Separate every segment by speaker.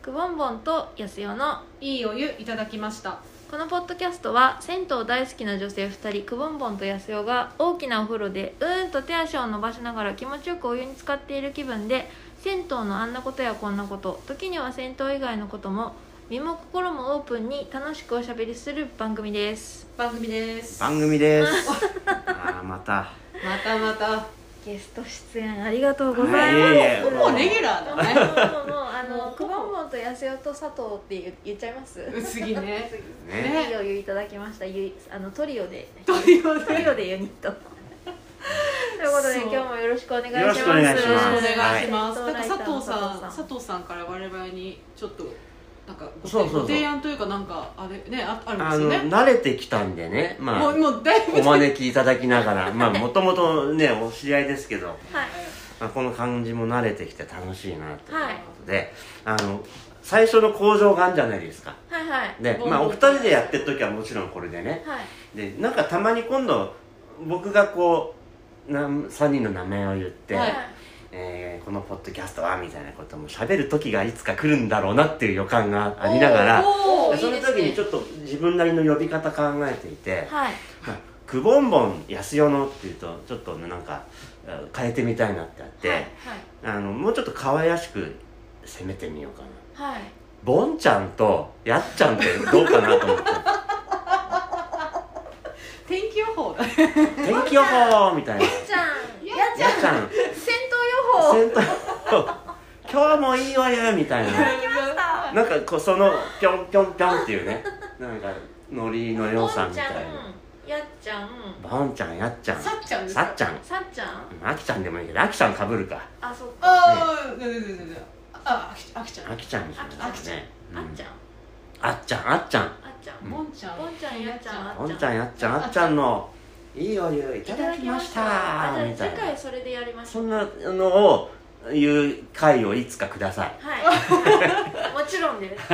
Speaker 1: くぼんぼんとやすよの
Speaker 2: いいお湯いただきました
Speaker 1: このポッドキャストは銭湯大好きな女性2人くぼんぼんとやすよが大きなお風呂でうーんと手足を伸ばしながら気持ちよくお湯に浸かっている気分で銭湯のあんなことやこんなこと時には銭湯以外のことも身も心もオープンに楽しくおしゃべりする番組です
Speaker 2: 番組ですま
Speaker 3: 番組 ですあーまた
Speaker 2: たまた
Speaker 1: ゲスト出演ありがとうございます、
Speaker 3: いやいや
Speaker 2: もうレギュラー
Speaker 1: もう
Speaker 2: だね
Speaker 1: もうもうあのくぼんぼんとやすよと佐藤って言言っちゃいます
Speaker 2: 薄着ね
Speaker 3: ね
Speaker 1: いいお湯いただきましたゆいあのトリオで
Speaker 2: ということ
Speaker 1: ト
Speaker 2: で
Speaker 1: リオでユニットということで
Speaker 2: そう
Speaker 1: 今日もよろしくお願いします
Speaker 3: よろしくお願いし
Speaker 2: よろ
Speaker 3: ま
Speaker 2: しく
Speaker 3: す
Speaker 2: お願いします、
Speaker 1: はい
Speaker 2: なんか佐藤さ
Speaker 1: 佐藤
Speaker 2: ん佐
Speaker 1: さん
Speaker 2: 藤さんから我々にちょっとなんかご提
Speaker 3: そうそうそう
Speaker 2: ご提案というかなんかあれねああ
Speaker 3: あ
Speaker 2: るん
Speaker 3: の
Speaker 2: ですよね
Speaker 3: 慣れてきたんでねま
Speaker 2: も
Speaker 3: あ
Speaker 2: うもうだいぶ
Speaker 3: お招きいただきながらまあもともとねお知り合いですけど、
Speaker 1: はい
Speaker 3: まあ、この感じも慣れてきて楽しいなという
Speaker 1: はい
Speaker 3: ことで、あの最初の工場があるじゃないですか
Speaker 1: はいはい
Speaker 3: で、まあ、お二人でやってる時はもちろんこれでね
Speaker 1: はい
Speaker 3: でなんかたまに今度僕がこうなん3人の名前を言って、
Speaker 2: はい
Speaker 3: えーこのポッドキャストはみたいなことも喋る時がいつか来るんだろうなっていう予感がありながら
Speaker 2: おーおー
Speaker 3: その時にちょっと自分なりの呼び方考えていて
Speaker 1: はい
Speaker 3: 「まあくぼんぼん安代の」っていうとちょっとねなんかあ変えてみたいなってあって、
Speaker 1: はい
Speaker 3: あのもうちょっと可愛らしく攻めてみようかな
Speaker 1: はいはい
Speaker 3: ぼんちゃんとやっちゃんってどうかなと 思って
Speaker 2: 天気予報だね
Speaker 3: 天気予報みたいな
Speaker 1: ちゃんやちゃ
Speaker 3: やっちゃん
Speaker 1: ん戦闘予報
Speaker 3: 戦闘今日もいいわよみたいな。なんかこうそのぴょんぴょんぴょんっていうねなんかノリの良さみたいな
Speaker 1: ボンちゃんやっちゃん
Speaker 3: ボンちゃんやっちゃん
Speaker 2: さっちゃんです
Speaker 3: さっちゃん
Speaker 1: さっちゃん
Speaker 3: あきちゃんでもいいけどあきちゃんかぶるか
Speaker 1: あそっか
Speaker 2: ああ、ねねねねねあ、あきあきちゃん。
Speaker 3: あきちゃんにしましょ
Speaker 1: あ
Speaker 2: き
Speaker 3: う
Speaker 2: ちゃん
Speaker 3: ね
Speaker 1: あっちゃん
Speaker 3: うんあっちゃんあっちゃん
Speaker 1: あっちゃん
Speaker 2: ぼんちゃん。
Speaker 1: ぼんちゃんやっちゃんあ
Speaker 3: ボンちゃんやっちゃんあっちゃんのいいお湯いただきました
Speaker 1: あ
Speaker 3: み
Speaker 1: じゃ
Speaker 3: た
Speaker 1: あ
Speaker 3: い
Speaker 1: 次
Speaker 3: な
Speaker 1: 回それでやりましょ。
Speaker 3: そうんなのをいう回をいつかください
Speaker 1: はい。もちろんです。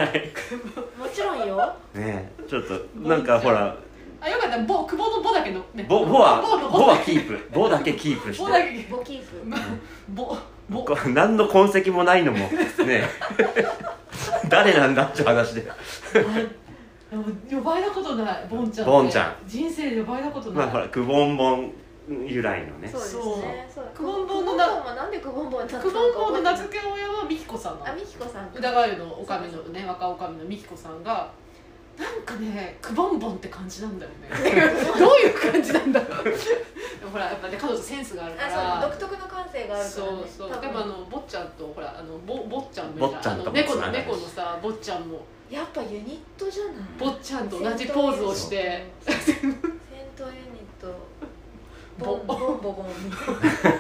Speaker 1: もちろんよ。
Speaker 3: ねちょっとなんかほら
Speaker 2: あ、よかった。ぼ、久保のぼだけの。ね
Speaker 3: ボボは
Speaker 2: ぼの
Speaker 3: ボはキープボだけキープし
Speaker 2: ぼ
Speaker 3: て
Speaker 2: だけ。
Speaker 1: ボキープ。
Speaker 2: ぼ、ぼ。
Speaker 3: こう何の痕跡もないのもねえ誰なんだって話で
Speaker 2: でも呼ばれたことない。ぼんちゃん。
Speaker 3: ぼんちゃ
Speaker 2: ん。人生で呼ばれたこと
Speaker 3: ま
Speaker 2: な
Speaker 3: あほ
Speaker 2: い。
Speaker 3: らくぼんぼん由来のね
Speaker 1: そうですね。そう。
Speaker 2: くぼんぼ
Speaker 1: く
Speaker 2: んの
Speaker 1: ぼ
Speaker 2: なん
Speaker 1: ぼんはなんでくぼんぼんだったのか
Speaker 2: 久保ぼの
Speaker 1: 覚え
Speaker 2: 名
Speaker 1: てない
Speaker 2: 付け親はみきこさんな
Speaker 1: あ、
Speaker 2: の。
Speaker 1: みきこさんか。
Speaker 2: 宇田川湯のおかみのね、若おかみのみきこさんが。なんかね、くぼんぼんって感じなんだよ ね。どういう感じなんだろう。でもほら、やっぱね、彼女センスがあるから。
Speaker 1: あ、そう。独特の感性があるからね。
Speaker 2: そうそう
Speaker 1: 多分
Speaker 2: 例えばあの坊ちゃんとほらあのぼ坊ちゃんみたい
Speaker 3: 坊
Speaker 2: な
Speaker 3: ちゃんと
Speaker 2: あ
Speaker 3: も
Speaker 2: の猫
Speaker 3: つ
Speaker 2: の
Speaker 3: ながる
Speaker 2: 猫のさ坊ちゃんも
Speaker 1: やっぱユニットじゃない。
Speaker 2: 坊ちゃんと同じポーズをして
Speaker 1: 戦闘ユニット。ボンボンボンボンみたいな。ごめんごめんセン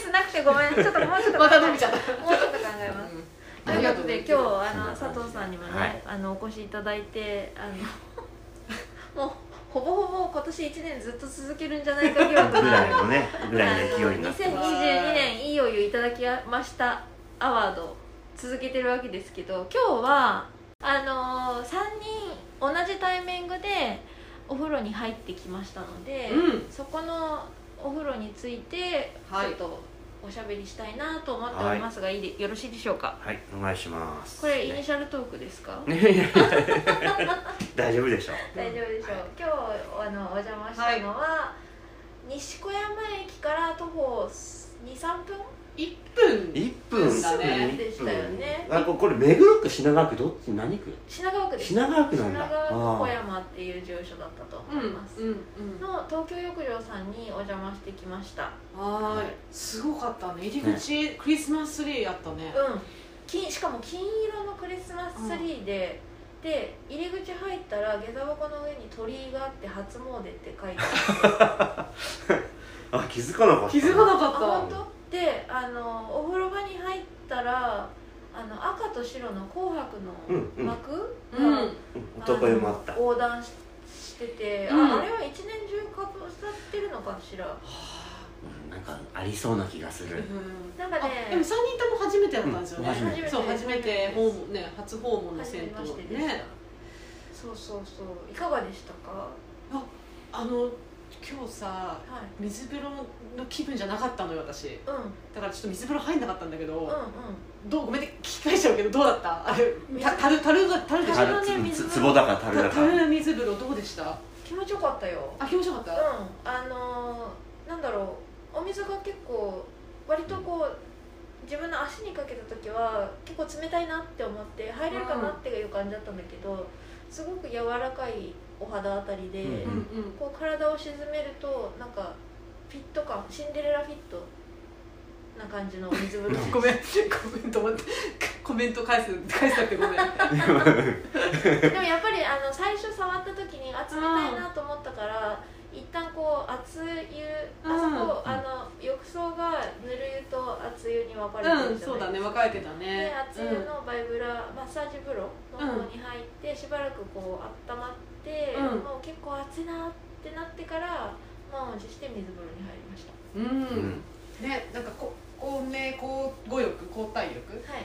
Speaker 1: スなくてごめん。ちょっともうちょっと。
Speaker 2: また伸びちゃった
Speaker 1: もうちょっと考えます。ということで今日あの
Speaker 3: そんな
Speaker 1: 佐
Speaker 3: 感じで
Speaker 1: 藤さんにもね、
Speaker 3: はい
Speaker 1: あのお越しいただいてあのもうほぼほぼ今年1年ずっと続けるんじじゃないか疑 惑
Speaker 3: ぐ
Speaker 1: が
Speaker 3: らいのねぐらいの勢いになって
Speaker 2: ま
Speaker 1: 2022年いいお湯いただきましたアワード続けてるわけですけど今日はあのー、3人同じタイミングでお風呂に入ってきましたので、
Speaker 2: うん
Speaker 1: そこのお風呂についてちょ
Speaker 2: はい
Speaker 1: っとおしゃべりしたいなと思っておりますが、いいでよろしいでしょうか
Speaker 3: はいお願いします
Speaker 1: これイニ
Speaker 3: ね
Speaker 1: シャルトークですか、
Speaker 3: いやいやいや大丈夫でしょ
Speaker 1: 大丈夫でしょう、今日あのお邪魔したのは、西小山駅から徒歩23分
Speaker 2: 1分
Speaker 3: 1分
Speaker 2: だね
Speaker 3: 1分
Speaker 1: でしたよね
Speaker 3: あここれ目黒区品川区どっち何区
Speaker 1: 品川区です
Speaker 3: 品川区なんだ
Speaker 1: 品川区小
Speaker 3: あ
Speaker 1: 山っていう住所だったと
Speaker 2: うん
Speaker 1: 思
Speaker 2: う
Speaker 1: い
Speaker 2: ん
Speaker 1: ます、
Speaker 2: うん
Speaker 1: の東京浴場さんにお邪魔してきました
Speaker 2: はーいすごかったね入り口クリスマスツリーあったね
Speaker 1: うん金しかも金色のクリスマスツリーで、で入り口入ったら下駄箱の上に鳥居があって初詣って書いてあって
Speaker 3: ーあ気づかなかっ た
Speaker 2: 気づかな
Speaker 1: あ本
Speaker 2: かっ
Speaker 1: 当であのお風呂場に入ったらあの赤と白の紅白
Speaker 3: うんう
Speaker 1: の
Speaker 3: ん
Speaker 1: 幕
Speaker 2: た
Speaker 1: が、
Speaker 2: うん
Speaker 3: うん男湯もあった
Speaker 1: の横断ししてて、
Speaker 2: うん
Speaker 1: ああれは一年中かぶさってるのかしら
Speaker 3: うんなんかありそうな気がする
Speaker 1: なんか
Speaker 2: あ
Speaker 1: ね
Speaker 2: でも3人とも初めてだったんですよ
Speaker 3: うん初
Speaker 2: ね
Speaker 3: めて
Speaker 2: そう初めて訪問ね初訪問の
Speaker 1: 初
Speaker 2: 銭
Speaker 1: めまして
Speaker 2: 湯
Speaker 1: でした、
Speaker 2: ね
Speaker 1: そうそうそういかがでしたか
Speaker 2: あの今日さ
Speaker 1: はい
Speaker 2: 水風呂の気分じゃなかったのよ私
Speaker 1: うん
Speaker 2: だからちょっと水風呂入んなかったんだけど、
Speaker 1: うんうん
Speaker 2: どうごめんね聞き返しちゃうけどどうだったあれ
Speaker 1: 水
Speaker 2: たたるたるだたるで
Speaker 1: 私
Speaker 2: した
Speaker 1: たのね
Speaker 3: つ
Speaker 1: 水
Speaker 3: つ
Speaker 1: 風
Speaker 3: つ
Speaker 1: 呂
Speaker 3: ぼだか樽
Speaker 2: た
Speaker 3: だか
Speaker 2: たるの水風呂どうでした
Speaker 1: 気持ちよかったよ
Speaker 2: あ気持ちよかっ
Speaker 1: う
Speaker 2: た、
Speaker 1: んあのーなんだろうお水が結構割とこう自分の足にかけた時は結構冷たいなって思って入れるかなっていう感じだったんだけどすごく柔らかいお肌あたりで、
Speaker 3: うん
Speaker 2: うん
Speaker 1: こう体を沈めるとなんかフィット感シンデレラフィットな感じの水風呂
Speaker 2: うん、ごめんコメント待ってコメント返す返したってごめん
Speaker 1: でもやっぱりあの最初触った時にあ冷たいなと思ったから一旦こう熱湯あそこ
Speaker 3: うん
Speaker 1: あの浴槽がぬる湯と熱湯に分かれて
Speaker 2: う
Speaker 1: る
Speaker 2: ん
Speaker 1: じゃ
Speaker 2: そう
Speaker 1: な
Speaker 2: だ
Speaker 1: い
Speaker 2: ね
Speaker 1: です
Speaker 2: 分
Speaker 1: か
Speaker 2: かれてたね
Speaker 1: で熱湯のバイブラマッサージ風呂の方に入ってしばらくこう温まって、
Speaker 2: うん
Speaker 1: もう結構熱いなってなってから満を持して水風呂に入りました
Speaker 2: うん、
Speaker 3: う
Speaker 2: うん
Speaker 3: ん、
Speaker 2: ねなんかここうねこう語力交代力
Speaker 1: は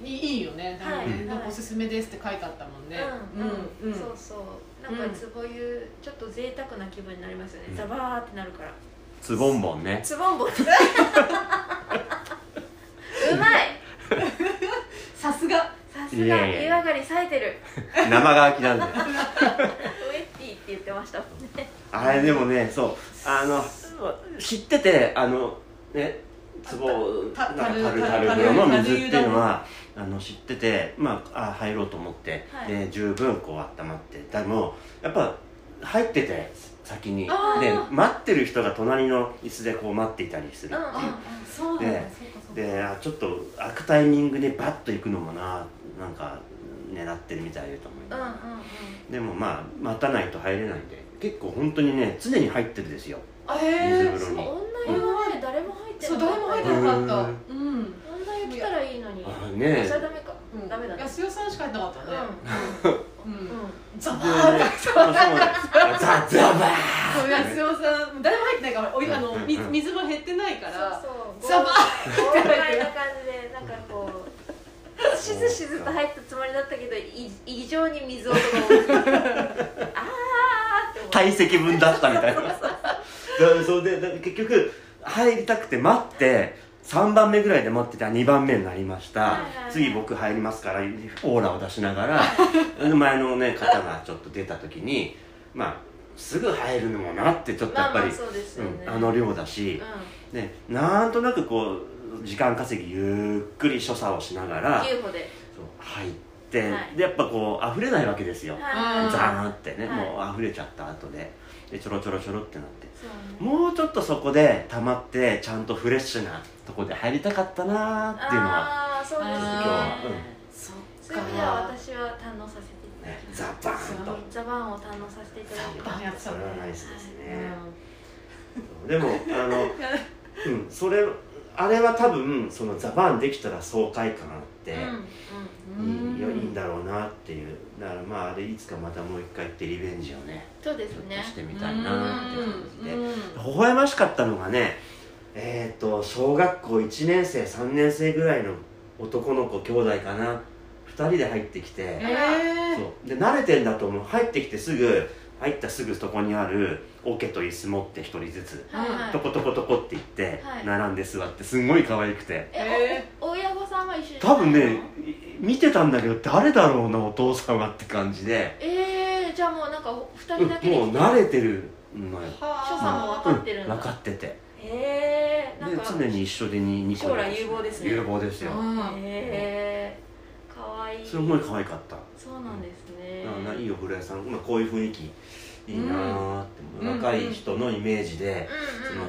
Speaker 1: い、
Speaker 2: にいいよねなんかね
Speaker 1: はい
Speaker 2: なんかおすすめですって書いてあったもんね
Speaker 1: うんうん、
Speaker 2: うん
Speaker 1: そうそうなんかつぼ湯ちょっと贅沢な気分になりますよね、
Speaker 3: うん
Speaker 1: ザバーってなるから
Speaker 3: つぼんぼんね
Speaker 1: つぼんぼうまい
Speaker 2: さすが
Speaker 1: さ
Speaker 3: い
Speaker 1: す
Speaker 3: や
Speaker 1: が
Speaker 3: いや
Speaker 1: 湯上がり冴えてる
Speaker 3: 生乾きなんだよ
Speaker 1: ウエッティって言ってましたもんね
Speaker 3: あれでもねそうあの知っててあのね壺
Speaker 2: た
Speaker 3: なんかタ
Speaker 2: 樽
Speaker 3: ルタル風呂の水っていうのはあの知っててまああ入ろうと思って、
Speaker 1: はい
Speaker 3: で十分こう温まってでもやっぱ入ってて先にで
Speaker 2: あー
Speaker 3: 待ってる人が隣の椅子でこう待っていたりする
Speaker 1: うん
Speaker 3: っていう
Speaker 2: そうなんだそう
Speaker 3: で
Speaker 2: かそうか
Speaker 3: であちょっと開くタイミングでバッと行くのもななんか狙ってるみたいだと思い
Speaker 1: うんうんうん
Speaker 3: ます、でもまあ待たないと入れないんで結構本当にね常に入ってるですよ
Speaker 2: あ
Speaker 3: 水
Speaker 2: へえ
Speaker 3: 風呂
Speaker 1: そう
Speaker 3: に
Speaker 1: 女湯はね誰も入って
Speaker 2: そう
Speaker 1: な
Speaker 2: 誰も入って
Speaker 1: い
Speaker 2: なかった
Speaker 3: うん
Speaker 2: うん
Speaker 1: 女湯来たらいいのに
Speaker 3: あ
Speaker 1: そ
Speaker 3: ね
Speaker 1: れはダメか
Speaker 2: うん
Speaker 1: ダメだね
Speaker 2: 安代さんしか入ってなかっ
Speaker 1: う
Speaker 2: た
Speaker 1: ん
Speaker 2: ねう
Speaker 1: うんん
Speaker 2: ザバ
Speaker 3: ま
Speaker 2: ー
Speaker 3: あそうだザザバ
Speaker 2: そう安代さん誰も入ってないからおいあのみ水も減ってないから
Speaker 1: そうそ
Speaker 2: ザ
Speaker 1: う
Speaker 2: バ
Speaker 1: 豪快な感じでなんかこうしずしずと入ったつもりだったけどい異常に水音が 大きいあーって思って
Speaker 3: 体積分だったみたいなだからそれでだから結局入りたくて待って3番目ぐらいで待ってて2番目になりました、
Speaker 1: はいはいはい
Speaker 3: 次僕入りますからオーラを出しながらで前の、ね、方がちょっと出た時にまあすぐ入るのもなってちょっと
Speaker 1: ま
Speaker 3: やっ
Speaker 1: あ
Speaker 3: ぱ
Speaker 1: ま
Speaker 3: り、
Speaker 1: あそうですよね
Speaker 3: うんあの量だし、
Speaker 1: う
Speaker 3: ね、なんとなくこう時間稼ぎゆっくり所作をしながら
Speaker 1: ん、牛歩で、
Speaker 3: そう入って、
Speaker 1: はい
Speaker 3: でやっぱこう溢れないわけですよ、
Speaker 1: はい、
Speaker 3: ザーってね、
Speaker 1: はい
Speaker 3: もう溢れちゃった後ででちょろちょろちょろってなって
Speaker 1: そうね
Speaker 3: もうちょっとそこで溜まってちゃんとフレッシュなとこで入りたかったなーっていうのは
Speaker 1: ああそうですね
Speaker 2: ちょっと今日
Speaker 3: はうん
Speaker 2: そ
Speaker 1: そういう意味では私は堪能させていただ
Speaker 3: ね
Speaker 1: きまし
Speaker 3: ザバーンと
Speaker 1: たザバーンを堪能させていただきま
Speaker 2: バーンやって
Speaker 3: そ
Speaker 2: た
Speaker 3: れ
Speaker 2: ね
Speaker 3: はナイスです
Speaker 2: う
Speaker 3: ね、
Speaker 2: ん
Speaker 3: でも あの、うん、それあれは多分そのザバーンできたら爽快感あって、
Speaker 1: したうんうん
Speaker 3: いいよいいんだろうなっていうだからまああれいつかまたもう一回行ってリベンジをね
Speaker 1: そうで
Speaker 3: ちょ
Speaker 1: す
Speaker 3: っと
Speaker 1: ね
Speaker 3: してみたいなって感じで
Speaker 2: うんうん
Speaker 3: 微笑ましかったのがねえっ、と小学校1年生3年生ぐらいの男の子兄弟かな2人で入ってきて、
Speaker 2: えー
Speaker 3: そうで慣れてんだと思う入ってきてすぐ入ったすぐそこにある桶と椅子持って1人ずつ、
Speaker 1: はいはい
Speaker 3: トコトコトコって言って、
Speaker 1: はい
Speaker 3: 並んで座ってすんごい可愛くて
Speaker 1: えお親御さんは一緒じゃない
Speaker 3: 多分ねい見てたんだけど誰だろうなお父さんはって感じで、
Speaker 1: えー、じゃあもうなんか二人
Speaker 3: うんも
Speaker 1: だけで
Speaker 3: う
Speaker 1: 来た
Speaker 3: 慣れてるのよ
Speaker 1: 所作も分かってるんだ
Speaker 3: 分かってて
Speaker 1: えー、なん
Speaker 3: で
Speaker 1: か
Speaker 3: 常に一緒でにニコニコ
Speaker 1: 将来有望ですね
Speaker 3: 有望ですよ、
Speaker 1: えー、かわいい
Speaker 3: すごい可愛かった、
Speaker 1: そうなんですね
Speaker 3: あないいお風呂屋さん、まあ、こういう雰囲気いいなーって、
Speaker 2: うん
Speaker 3: 若い人のイメージで、
Speaker 1: うんうんうん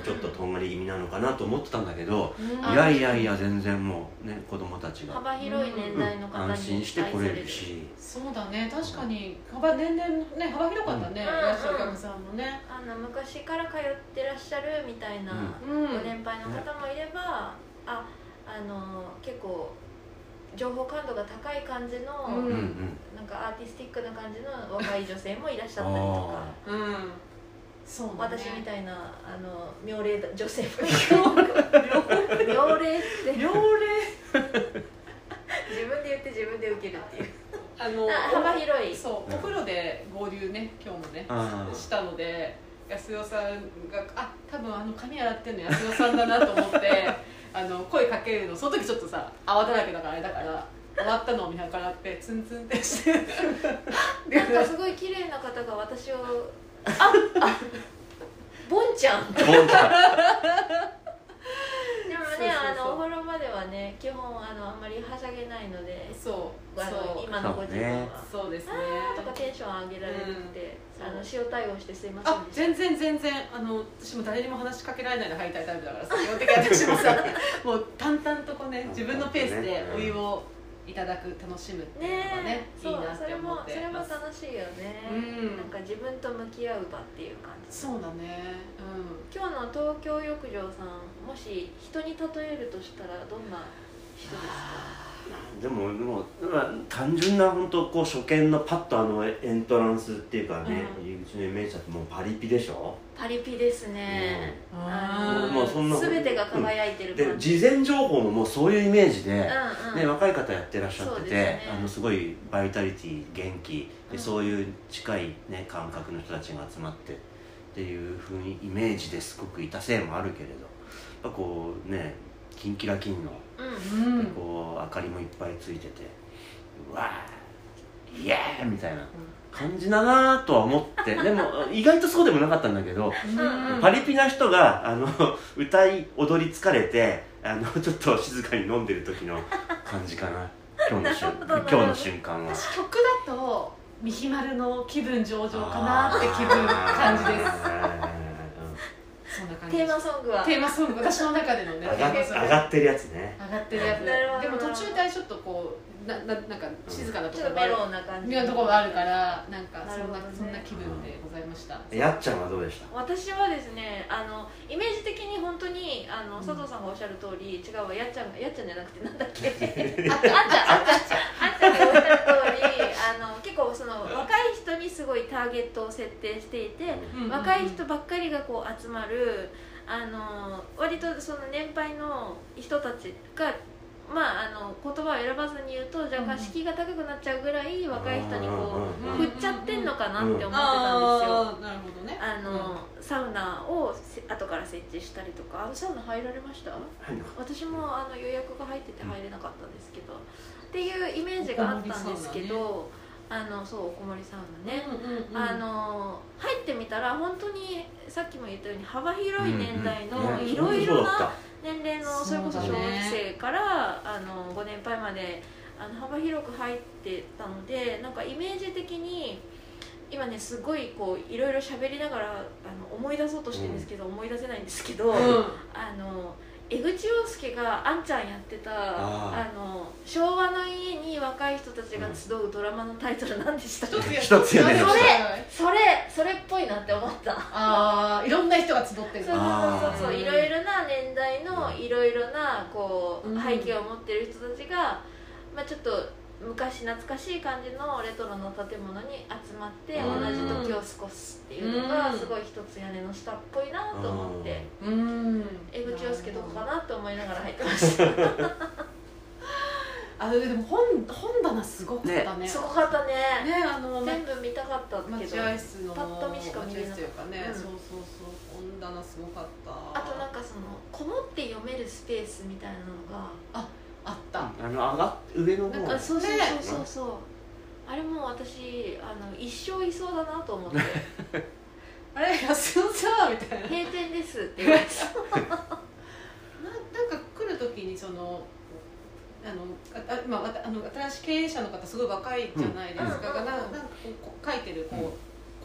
Speaker 3: そのちょっととんがり気味なのかなと思ってたんだけど、
Speaker 1: あ
Speaker 3: いやいやいや全然もうね子供たちが、
Speaker 1: 幅広い年代の
Speaker 3: うん
Speaker 1: 方に
Speaker 3: 安心して来れるし
Speaker 2: そうだね確かに幅年々ね幅広かったね、
Speaker 1: う
Speaker 2: うんん、ラジオ客さんもね
Speaker 1: あの昔から通ってらっしゃるみたいな
Speaker 2: うん
Speaker 1: ご年配の方もいれば、ああの結構情報感度が高い感じの、
Speaker 2: うん
Speaker 3: うんうん
Speaker 1: なんかアーティスティックな感じの若い女性もいらっしゃ
Speaker 3: あ
Speaker 1: ったりとか
Speaker 2: う
Speaker 3: ー。
Speaker 2: んそうだね
Speaker 1: 私みたいなあの妙齢だ女性も妙齢って
Speaker 2: 妙齢
Speaker 1: 自分で言って自分で受けるっていう
Speaker 2: あの
Speaker 1: あ幅広い
Speaker 2: そうお風呂で合流ね今日もね
Speaker 3: あー
Speaker 2: したので安代さんがあ多分あの髪洗ってんの安代さんだなと思って あの声かけるのその時ちょっとさ泡だらけだからあれだから終わったのを見計らってツンツンってしてで
Speaker 1: なんかすごい綺麗な方が私をああボンちゃんで
Speaker 3: ボンちゃ
Speaker 1: も
Speaker 2: そうそう
Speaker 1: ねあ
Speaker 2: そう
Speaker 1: のお風呂場ではね基本あのあんまりはしゃげないので
Speaker 2: そう
Speaker 1: あの
Speaker 2: そう
Speaker 1: 今のご自分は、
Speaker 2: そうですね
Speaker 1: とかテンション上げられなくて、
Speaker 2: うん
Speaker 1: あの塩対応してすいませ
Speaker 2: あ
Speaker 1: んでした
Speaker 2: 全然全然あの私も誰にも話しかけられないで入りたいタイプだからさ基本的に私 もさもう淡々とこうね自分のペースでお湯をいただく楽しむっていうのがね
Speaker 1: ね
Speaker 2: いい
Speaker 1: そう
Speaker 2: なっ
Speaker 1: そ
Speaker 2: て
Speaker 1: れ
Speaker 2: 思
Speaker 1: も
Speaker 2: っ
Speaker 1: そ
Speaker 2: て
Speaker 1: れも
Speaker 2: ます
Speaker 1: 楽しいよね、
Speaker 2: うん
Speaker 1: なんか自分と向き合う場っていう感じ
Speaker 2: そうだね
Speaker 1: 今日の東京浴場さんもし人に例えるとしたらどんな人ですか
Speaker 3: んでももうまあ単純な本当こう初見のパッとあのエントランスっていうかね、
Speaker 2: う
Speaker 3: 入り口のイメージだともうパリピでしょ、
Speaker 1: パリピですね、
Speaker 2: うん
Speaker 1: あ
Speaker 3: う
Speaker 1: の
Speaker 3: んもうそんな
Speaker 1: 全てが輝いてる
Speaker 3: で
Speaker 1: 感じ、
Speaker 3: 事前情報ももうそういうイメージで、
Speaker 1: うんうん
Speaker 3: ね、若い方やってらっしゃっ
Speaker 1: そう
Speaker 3: て
Speaker 1: です
Speaker 3: て、
Speaker 1: ね
Speaker 3: あのすごいバイタリティ元気
Speaker 1: う
Speaker 3: で
Speaker 1: ん
Speaker 3: そういう近い、ね、感覚の人たちが集まってっていうふうにイメージですごくいたせいもあるけれどやっぱこうねキンキラキンの、
Speaker 1: うん
Speaker 2: うん、う
Speaker 3: で
Speaker 2: ん
Speaker 3: こう明かりもいっぱいついててうわーイエーイみたいな感じだなとは思ってでも意外とそうでもなかったんだけど
Speaker 1: うん
Speaker 3: パリピな人があの 歌い踊り疲れてあの ちょっと静かに飲んでる時の感じか な今日の瞬
Speaker 1: なるほどなる
Speaker 3: 今
Speaker 1: ほど
Speaker 3: 日の瞬間は
Speaker 2: 私曲だとミヒマルの気分上々かなって気分感じですそんな感じ
Speaker 1: テーマソングは
Speaker 2: テーマソング私の中でのね
Speaker 3: 上がっ
Speaker 2: テーマソング
Speaker 3: 上がってるやつね
Speaker 2: 上がってるやつ
Speaker 1: なるほど
Speaker 2: でも途中でちょっとこうなななんか静かなと
Speaker 1: ち
Speaker 2: こ
Speaker 1: ょっ
Speaker 2: ろ
Speaker 1: と
Speaker 2: もあ
Speaker 1: メ
Speaker 2: る
Speaker 1: ロンな感じ
Speaker 2: 妙なところがあるからなんか
Speaker 1: な
Speaker 2: そ
Speaker 1: る
Speaker 2: ん
Speaker 1: ほど
Speaker 2: な
Speaker 1: ね
Speaker 2: そんな気分でございました
Speaker 3: やっちゃんはどうでした
Speaker 1: 私はですねあのイメージ的に本当にあの
Speaker 2: うん
Speaker 1: 佐藤さんがおっしゃる通り、違うわやっちゃんがやっちゃんじゃなくてなんだっけあっちゃん
Speaker 2: あったあったあった
Speaker 1: あっちゃんがおっしゃる通りあの結構その若い人にすごいターゲットを設定していて、若い人ばっかりがこう集まるあの割とその年配の人たちが。まあ、あの言葉を選ばずに言うと若
Speaker 2: う
Speaker 1: 干
Speaker 2: ん
Speaker 1: 敷居が高くなっちゃうぐらい若い人にこ
Speaker 3: うんう
Speaker 1: う
Speaker 3: んうん
Speaker 1: 振っちゃってんのかなって思ってたんですよ。
Speaker 2: ああなるほどね
Speaker 1: あの、サウナをせ後から設置したりとかあサウナ入られました
Speaker 3: 入んなかっ
Speaker 1: 私もあの予約が入ってて入れなかったんですけど、っていうイメージがあったんですけど、あのそうおこもりサウナね、
Speaker 2: うんうんうん
Speaker 1: あの入ってみたら本当にさっきも言ったように幅広い年代の
Speaker 3: うんうん
Speaker 1: いろいろ
Speaker 3: そうだ
Speaker 1: な
Speaker 3: っ
Speaker 1: 年齢のそれこそ小学生からあのご年配まであの幅広く入ってたのでなんかイメージ的に今ねすごいこういろいろ喋りながらあの思い出そうとしてるんですけど、思い出せないんですけど、
Speaker 2: うん
Speaker 1: あの江口洋介があんちゃんやってたあ
Speaker 3: あ
Speaker 1: の昭和の家に若い人たちが集うドラマのタイトルなんでしたっけ、
Speaker 2: 一つや
Speaker 3: 一つや
Speaker 1: ね
Speaker 2: そ
Speaker 1: そ
Speaker 2: れ
Speaker 1: れそれっぽいなって思った
Speaker 2: ああいろんな人が集ってる
Speaker 1: そうそうそうそう
Speaker 2: あー
Speaker 1: いろいろな年代のいろいろなこう
Speaker 2: うん
Speaker 1: 背景を持ってる人たちが、まあ、ちょっと昔懐かしい感じのレトロな建物に集まって
Speaker 3: うん
Speaker 1: 同じ時を過ごすっていうのが
Speaker 2: うん
Speaker 1: すごい一つ屋根の下っぽいなと思って
Speaker 2: うん
Speaker 1: 江口洋介どこかなと思いながら入ってました
Speaker 2: あでも本本棚すごかったね
Speaker 1: すごかったね
Speaker 2: ねあの
Speaker 1: 全部見たかったけ
Speaker 2: 待
Speaker 1: ど
Speaker 2: 合室の
Speaker 1: パッと見しか見れなかった
Speaker 2: 待合室というかね、
Speaker 1: うん
Speaker 2: そうそうそう本棚すごかった
Speaker 1: あとなんかそのこもって読めるスペースみたいなのが
Speaker 2: あった、
Speaker 3: たあの上がっ上の
Speaker 2: なん
Speaker 3: 方
Speaker 2: か
Speaker 1: そうそう
Speaker 2: ね
Speaker 1: そうそうそうあれもう私あの一生いそうだなと思って
Speaker 2: あれ安代さんみたいな
Speaker 1: 「
Speaker 2: な
Speaker 1: 閉店です」って言われて
Speaker 2: なんか来る時にそのあのああ今わたあの新しい経営者の方すごい若いじゃないですか、
Speaker 1: うん
Speaker 2: がな
Speaker 1: うん
Speaker 2: なんかこう書いてるこう、
Speaker 3: うん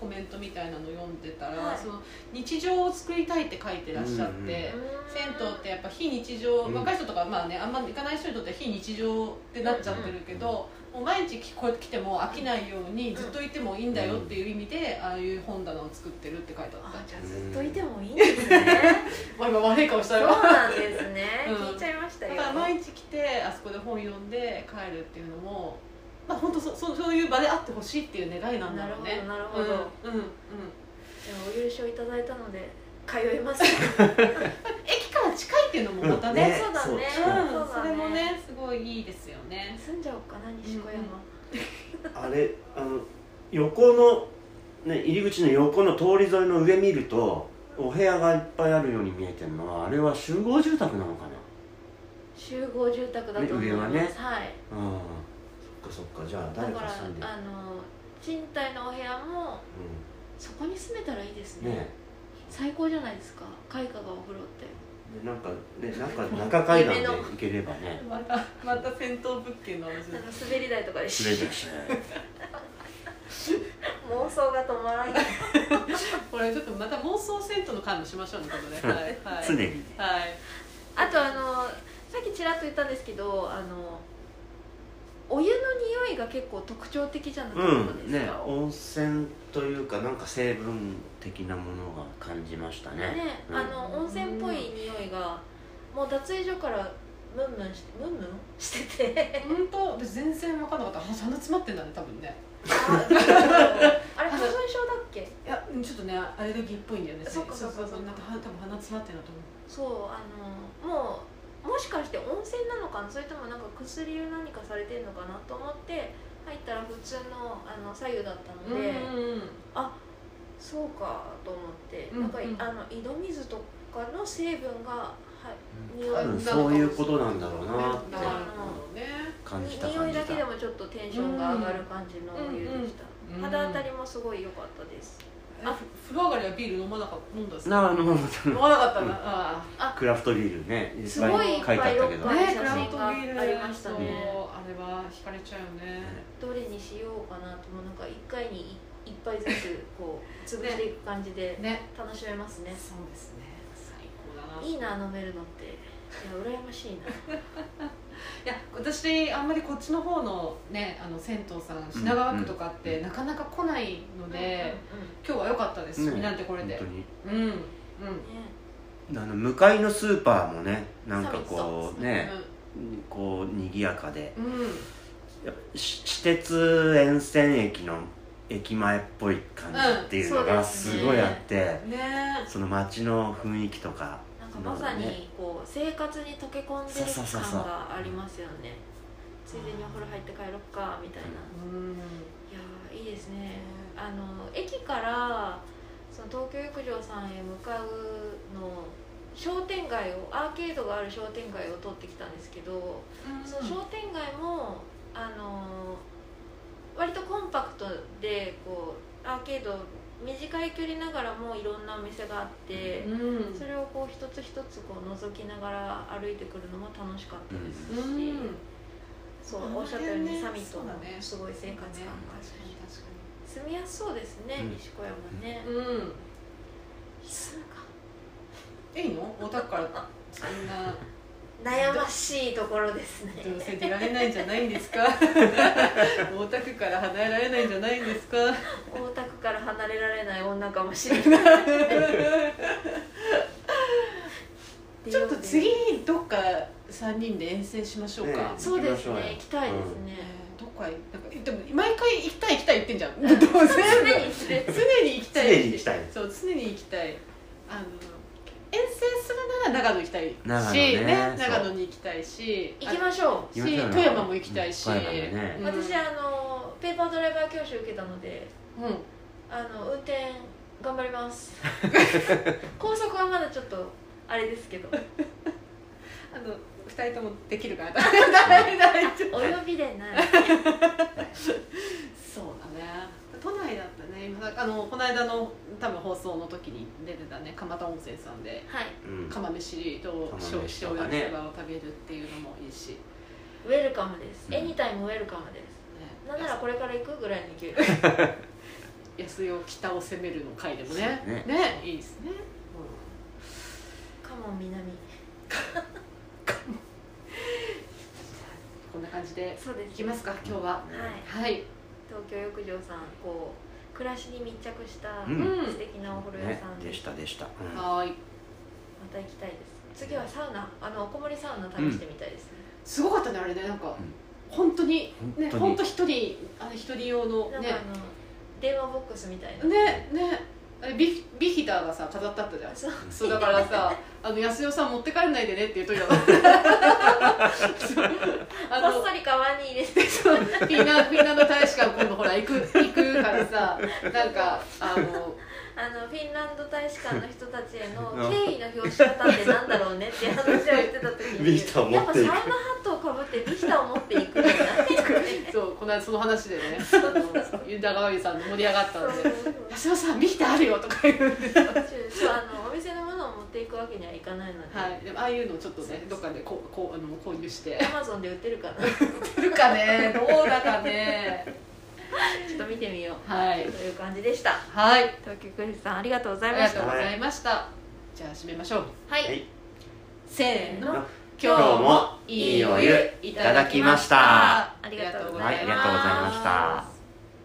Speaker 2: コメントみたいなの読んでたら、
Speaker 1: はい
Speaker 2: その日常を作りたいって書いてらっしゃって、
Speaker 3: うんうん
Speaker 2: 銭湯ってやっぱ非日常、
Speaker 3: うん
Speaker 2: 若い人とかまあねあんま行かない人にとっては非日常ってなっちゃってるけど、もう毎日来来ても飽きないようにずっといてもいいんだよっていう意味で、ああいう本棚を作ってるって書いてあった
Speaker 1: あじゃあずっといてもいいんですね
Speaker 2: わ今悪い顔し
Speaker 1: そ
Speaker 2: た
Speaker 1: う
Speaker 2: よ
Speaker 1: なんですね、
Speaker 2: うん
Speaker 1: 聞いちゃいました
Speaker 2: だ
Speaker 1: よ
Speaker 2: から毎日来てあそこで本読んで帰るっていうのもまあ本当そそそういう場であってほしいっていう願いなんだろうね
Speaker 1: なるほどなるほ
Speaker 2: うんうんうん
Speaker 1: じゃあお許しをいただいたので通います
Speaker 2: 駅から近いっていうのもまたね,、
Speaker 1: そうだね
Speaker 2: うん
Speaker 1: そうだね
Speaker 2: それもねすごいいいですよね
Speaker 1: 住んじゃおうかな西小山、
Speaker 2: うん
Speaker 3: あれあの横のね、入り口の横の通り沿いの上見るとお部屋がいっぱいあるように見えてるのはあれは集合住宅なのか
Speaker 1: 集合住宅だと思います、
Speaker 3: ね上はね
Speaker 1: はい
Speaker 3: なうんそっかそっかじゃあ
Speaker 1: だ
Speaker 3: 誰
Speaker 1: か
Speaker 3: から住んでる
Speaker 1: あの賃貸のお部屋もそこに住めたらいいです
Speaker 3: うん
Speaker 1: ね
Speaker 3: ね
Speaker 1: 最高じゃないですか開花がお風呂って
Speaker 3: でなんかねなんか中階段で
Speaker 1: 夢の
Speaker 3: 行ければね
Speaker 2: またまた戦闘物件の話
Speaker 1: あの滑り台とかで
Speaker 3: 連れてきて
Speaker 1: 妄想が止まらない
Speaker 2: これちょっとまた妄想銭湯の感じしましょうねこ れねはいはい
Speaker 3: 常にね
Speaker 2: はい
Speaker 1: あとあのさっきちらっと言ったんですけどあのお湯の匂いが結構特徴的じゃなかった
Speaker 3: うん
Speaker 1: です
Speaker 3: ね
Speaker 1: か、
Speaker 3: 温泉というかなんか成分的なものが感じましたね
Speaker 1: ね
Speaker 3: うん
Speaker 1: あの温泉っぽい匂いがもう脱衣所からムンムンしてムンムン して て
Speaker 2: 本当私全然分かんなかった鼻鼻詰まってんだね多分ね
Speaker 1: ああれ花粉症だっけ
Speaker 2: いやちょっとねアレルギーっぽいんだよね
Speaker 1: そっかそっか
Speaker 2: うううなんかは多分鼻詰まってんだと思う
Speaker 1: そうあのもうもしかして温泉なのかなそれともなんか薬を何かされてるのかなと思って入ったら普通のあの左右だったので、
Speaker 2: うん
Speaker 1: そうかと思って、
Speaker 2: うん
Speaker 1: なんかい
Speaker 2: うん
Speaker 1: あの井戸水とかの成分がは
Speaker 3: 多分そういうことなんだろうなって
Speaker 2: なるほどね
Speaker 3: 感じた
Speaker 1: に匂
Speaker 3: 感
Speaker 1: い
Speaker 3: じ
Speaker 1: だ
Speaker 3: た
Speaker 1: けでもちょっとテンションが上がる感じのお湯でした、
Speaker 2: うんうん
Speaker 1: 肌当たりもすごい良かったです
Speaker 2: あ風呂上がりはビール飲まなかった飲んだっすか
Speaker 3: なあの
Speaker 2: 飲まなかったな、あ
Speaker 3: クラフトビールねいっ
Speaker 1: す
Speaker 3: ぱ
Speaker 1: ご
Speaker 3: い
Speaker 1: い
Speaker 3: 書いてあったけ
Speaker 1: いっ
Speaker 3: ど
Speaker 1: ぱ
Speaker 2: あ
Speaker 1: い
Speaker 2: ね
Speaker 1: 写
Speaker 2: クラフ
Speaker 1: 真
Speaker 2: ト
Speaker 1: が
Speaker 2: ビール
Speaker 1: ありましたね
Speaker 2: そうあれは惹かれちゃうよね
Speaker 1: どれにしようかなともなんか1回に1杯ずつこう潰していく感じで
Speaker 2: ね
Speaker 1: 楽しめますね
Speaker 2: そうですね最高だない
Speaker 1: いな飲めるのっていや羨ましいな
Speaker 2: や私あんまりこっちの方のねあの銭湯さん品川区とかっ
Speaker 3: うん
Speaker 2: て
Speaker 3: うん
Speaker 2: なかなか来ないので、
Speaker 1: うんうんうん
Speaker 2: 今日は良かったです、
Speaker 3: ね
Speaker 2: 見なんてこれで
Speaker 3: 本当
Speaker 2: う
Speaker 3: に
Speaker 2: んうん
Speaker 1: ね
Speaker 3: あの向かいのスーパーもねなんかこうね
Speaker 2: う
Speaker 3: こう賑やかで
Speaker 2: んうん
Speaker 3: やっぱし私鉄沿線駅の駅前っぽい感じっていうの
Speaker 1: う
Speaker 3: が
Speaker 1: んそうです
Speaker 3: す
Speaker 1: ね
Speaker 3: ごいあって
Speaker 2: ね
Speaker 3: その街の雰囲気とか
Speaker 1: なんかまさにこう生活に溶け込んでる
Speaker 3: そうそうそう
Speaker 1: 感
Speaker 3: そう
Speaker 1: がありますよねついでにお風呂入って帰ろっかみたいな
Speaker 2: うん
Speaker 1: いやーいいですねあの駅からその東京浴場さんへ向かうの商店街をアーケードがある商店街を通ってきたんですけどその商店街もあのー割とコンパクトでこうアーケード短い距離ながらもいろんなお店があって、
Speaker 2: うん
Speaker 1: それをこう一つ一つこう覗きながら歩いてくるのも楽しかったですし、
Speaker 2: うん
Speaker 1: そうおっしゃったようにサミット
Speaker 2: そう
Speaker 1: も
Speaker 2: だね
Speaker 1: すごい生活感があるし、
Speaker 2: 確かに
Speaker 1: 住みやすそうですね、
Speaker 3: うん
Speaker 1: 西小山ね、
Speaker 2: うん、
Speaker 1: 住むか
Speaker 2: いいのおたからそんな
Speaker 1: 悩ましいところですね
Speaker 2: どうせ出られないんじゃないんで すか大田区から離れられないんじゃないんですか
Speaker 1: 大田区から離れられない女かもしれない
Speaker 2: ちょっと次どっか3人で遠征しましょうか、
Speaker 3: ね
Speaker 1: そうですね
Speaker 3: 行きましょうよ
Speaker 1: 行きたいですね
Speaker 2: え、ーどっかなんかでも毎回行きたい行きたい言ってんじゃんどうせ常に
Speaker 1: 常に行って
Speaker 2: 常に行きたい
Speaker 3: 常に行きたい
Speaker 2: そう常に行きたいあの遠征するなら長野行きたいし
Speaker 3: 長野ねそう
Speaker 2: 長野に行きたいし
Speaker 1: 行きましょ
Speaker 2: し富山も行きたいし、
Speaker 3: 富山もね
Speaker 1: う、
Speaker 2: うん
Speaker 1: 私あのペーパードライバー教習受けたので
Speaker 2: うん
Speaker 1: あの運転頑張ります高速はまだちょっとあれですけど
Speaker 2: あの二人ともできるから 大丈夫
Speaker 1: お呼びでない
Speaker 2: そうだね都内だったね今あのこの間の多分放送の時に出てたね蒲田温泉さんで
Speaker 1: はい
Speaker 3: うん
Speaker 2: 釜飯と
Speaker 3: 釜飯
Speaker 2: 塩
Speaker 3: とか
Speaker 2: 焼
Speaker 3: ね
Speaker 2: きそばを食べるっていうのもいいし、ね、
Speaker 1: ウェルカムです、
Speaker 3: うん
Speaker 1: エニタイムウェルカムですなんならこれから行くぐらいに行ける
Speaker 2: 安代北を攻めるの回でもね
Speaker 3: そうね
Speaker 2: ねいいですね、
Speaker 1: カモン南
Speaker 2: こんな感じで
Speaker 1: そうです
Speaker 2: いきますか今日は
Speaker 1: はい
Speaker 2: はい
Speaker 1: 東京浴場さんこう暮らしに密着した
Speaker 3: うん
Speaker 1: 素敵なお風呂屋
Speaker 3: ね
Speaker 1: さん
Speaker 3: でしたでした、うん
Speaker 2: はーい
Speaker 1: また行きたいです次はサウナあのおこもりサウナ試してみたいですね、
Speaker 2: すごかったねあれねなんか、
Speaker 3: ん
Speaker 2: 本当にね
Speaker 3: 本当に
Speaker 2: 本当一人あの一人用の
Speaker 1: なんかあ
Speaker 2: ね
Speaker 1: の、電話ボックスみたいな、
Speaker 2: ねねあれビフビヒダーがさ飾ってあったじゃん
Speaker 1: そう
Speaker 2: そうだからさ「あの安代さん持って帰んないでね」って言うといたのそうあ
Speaker 1: こっ
Speaker 2: の
Speaker 1: そりカバンに入れて
Speaker 2: フィンランフィンランド大使館今度ほら行く行行くからさなんかあの
Speaker 1: あのフィンランド大使館の人たちへの敬意の表し方ってなんだろうねっていう話をしてた時に
Speaker 3: ビヒタを持
Speaker 1: やっ
Speaker 3: っ
Speaker 1: ぱ
Speaker 3: て
Speaker 1: サウ
Speaker 3: い
Speaker 1: ナ
Speaker 3: く
Speaker 1: ハットをかぶってビヒタを持っていくんだなっていうね
Speaker 2: そうこの間その話でねあのユンダガワリさんの盛り上がっ
Speaker 1: そ
Speaker 2: た
Speaker 1: うんそう
Speaker 2: で
Speaker 1: そう
Speaker 2: 「安田さん見てあるよ」とか言うんで
Speaker 1: そうあのお店のものを持っていくわけにはいかないので、
Speaker 2: はい、でもああいうのをちょっとねどっかでこうこうあの購入して
Speaker 1: アマゾンで売ってる かな
Speaker 2: するかねどうだかね
Speaker 1: ちょっと見てみよう
Speaker 2: はい
Speaker 1: という感じでした
Speaker 2: はい
Speaker 1: 東京クリスさんありがとうござ
Speaker 2: あ
Speaker 1: い
Speaker 2: り
Speaker 1: ま
Speaker 2: が
Speaker 1: し
Speaker 2: と
Speaker 1: た
Speaker 2: うございましたじゃあ締めましょう
Speaker 1: はい、
Speaker 3: はい
Speaker 2: せーの今
Speaker 3: 今日
Speaker 2: 日も
Speaker 3: もいいお湯いただきました
Speaker 1: ありがとうございます
Speaker 3: はいありがとうございました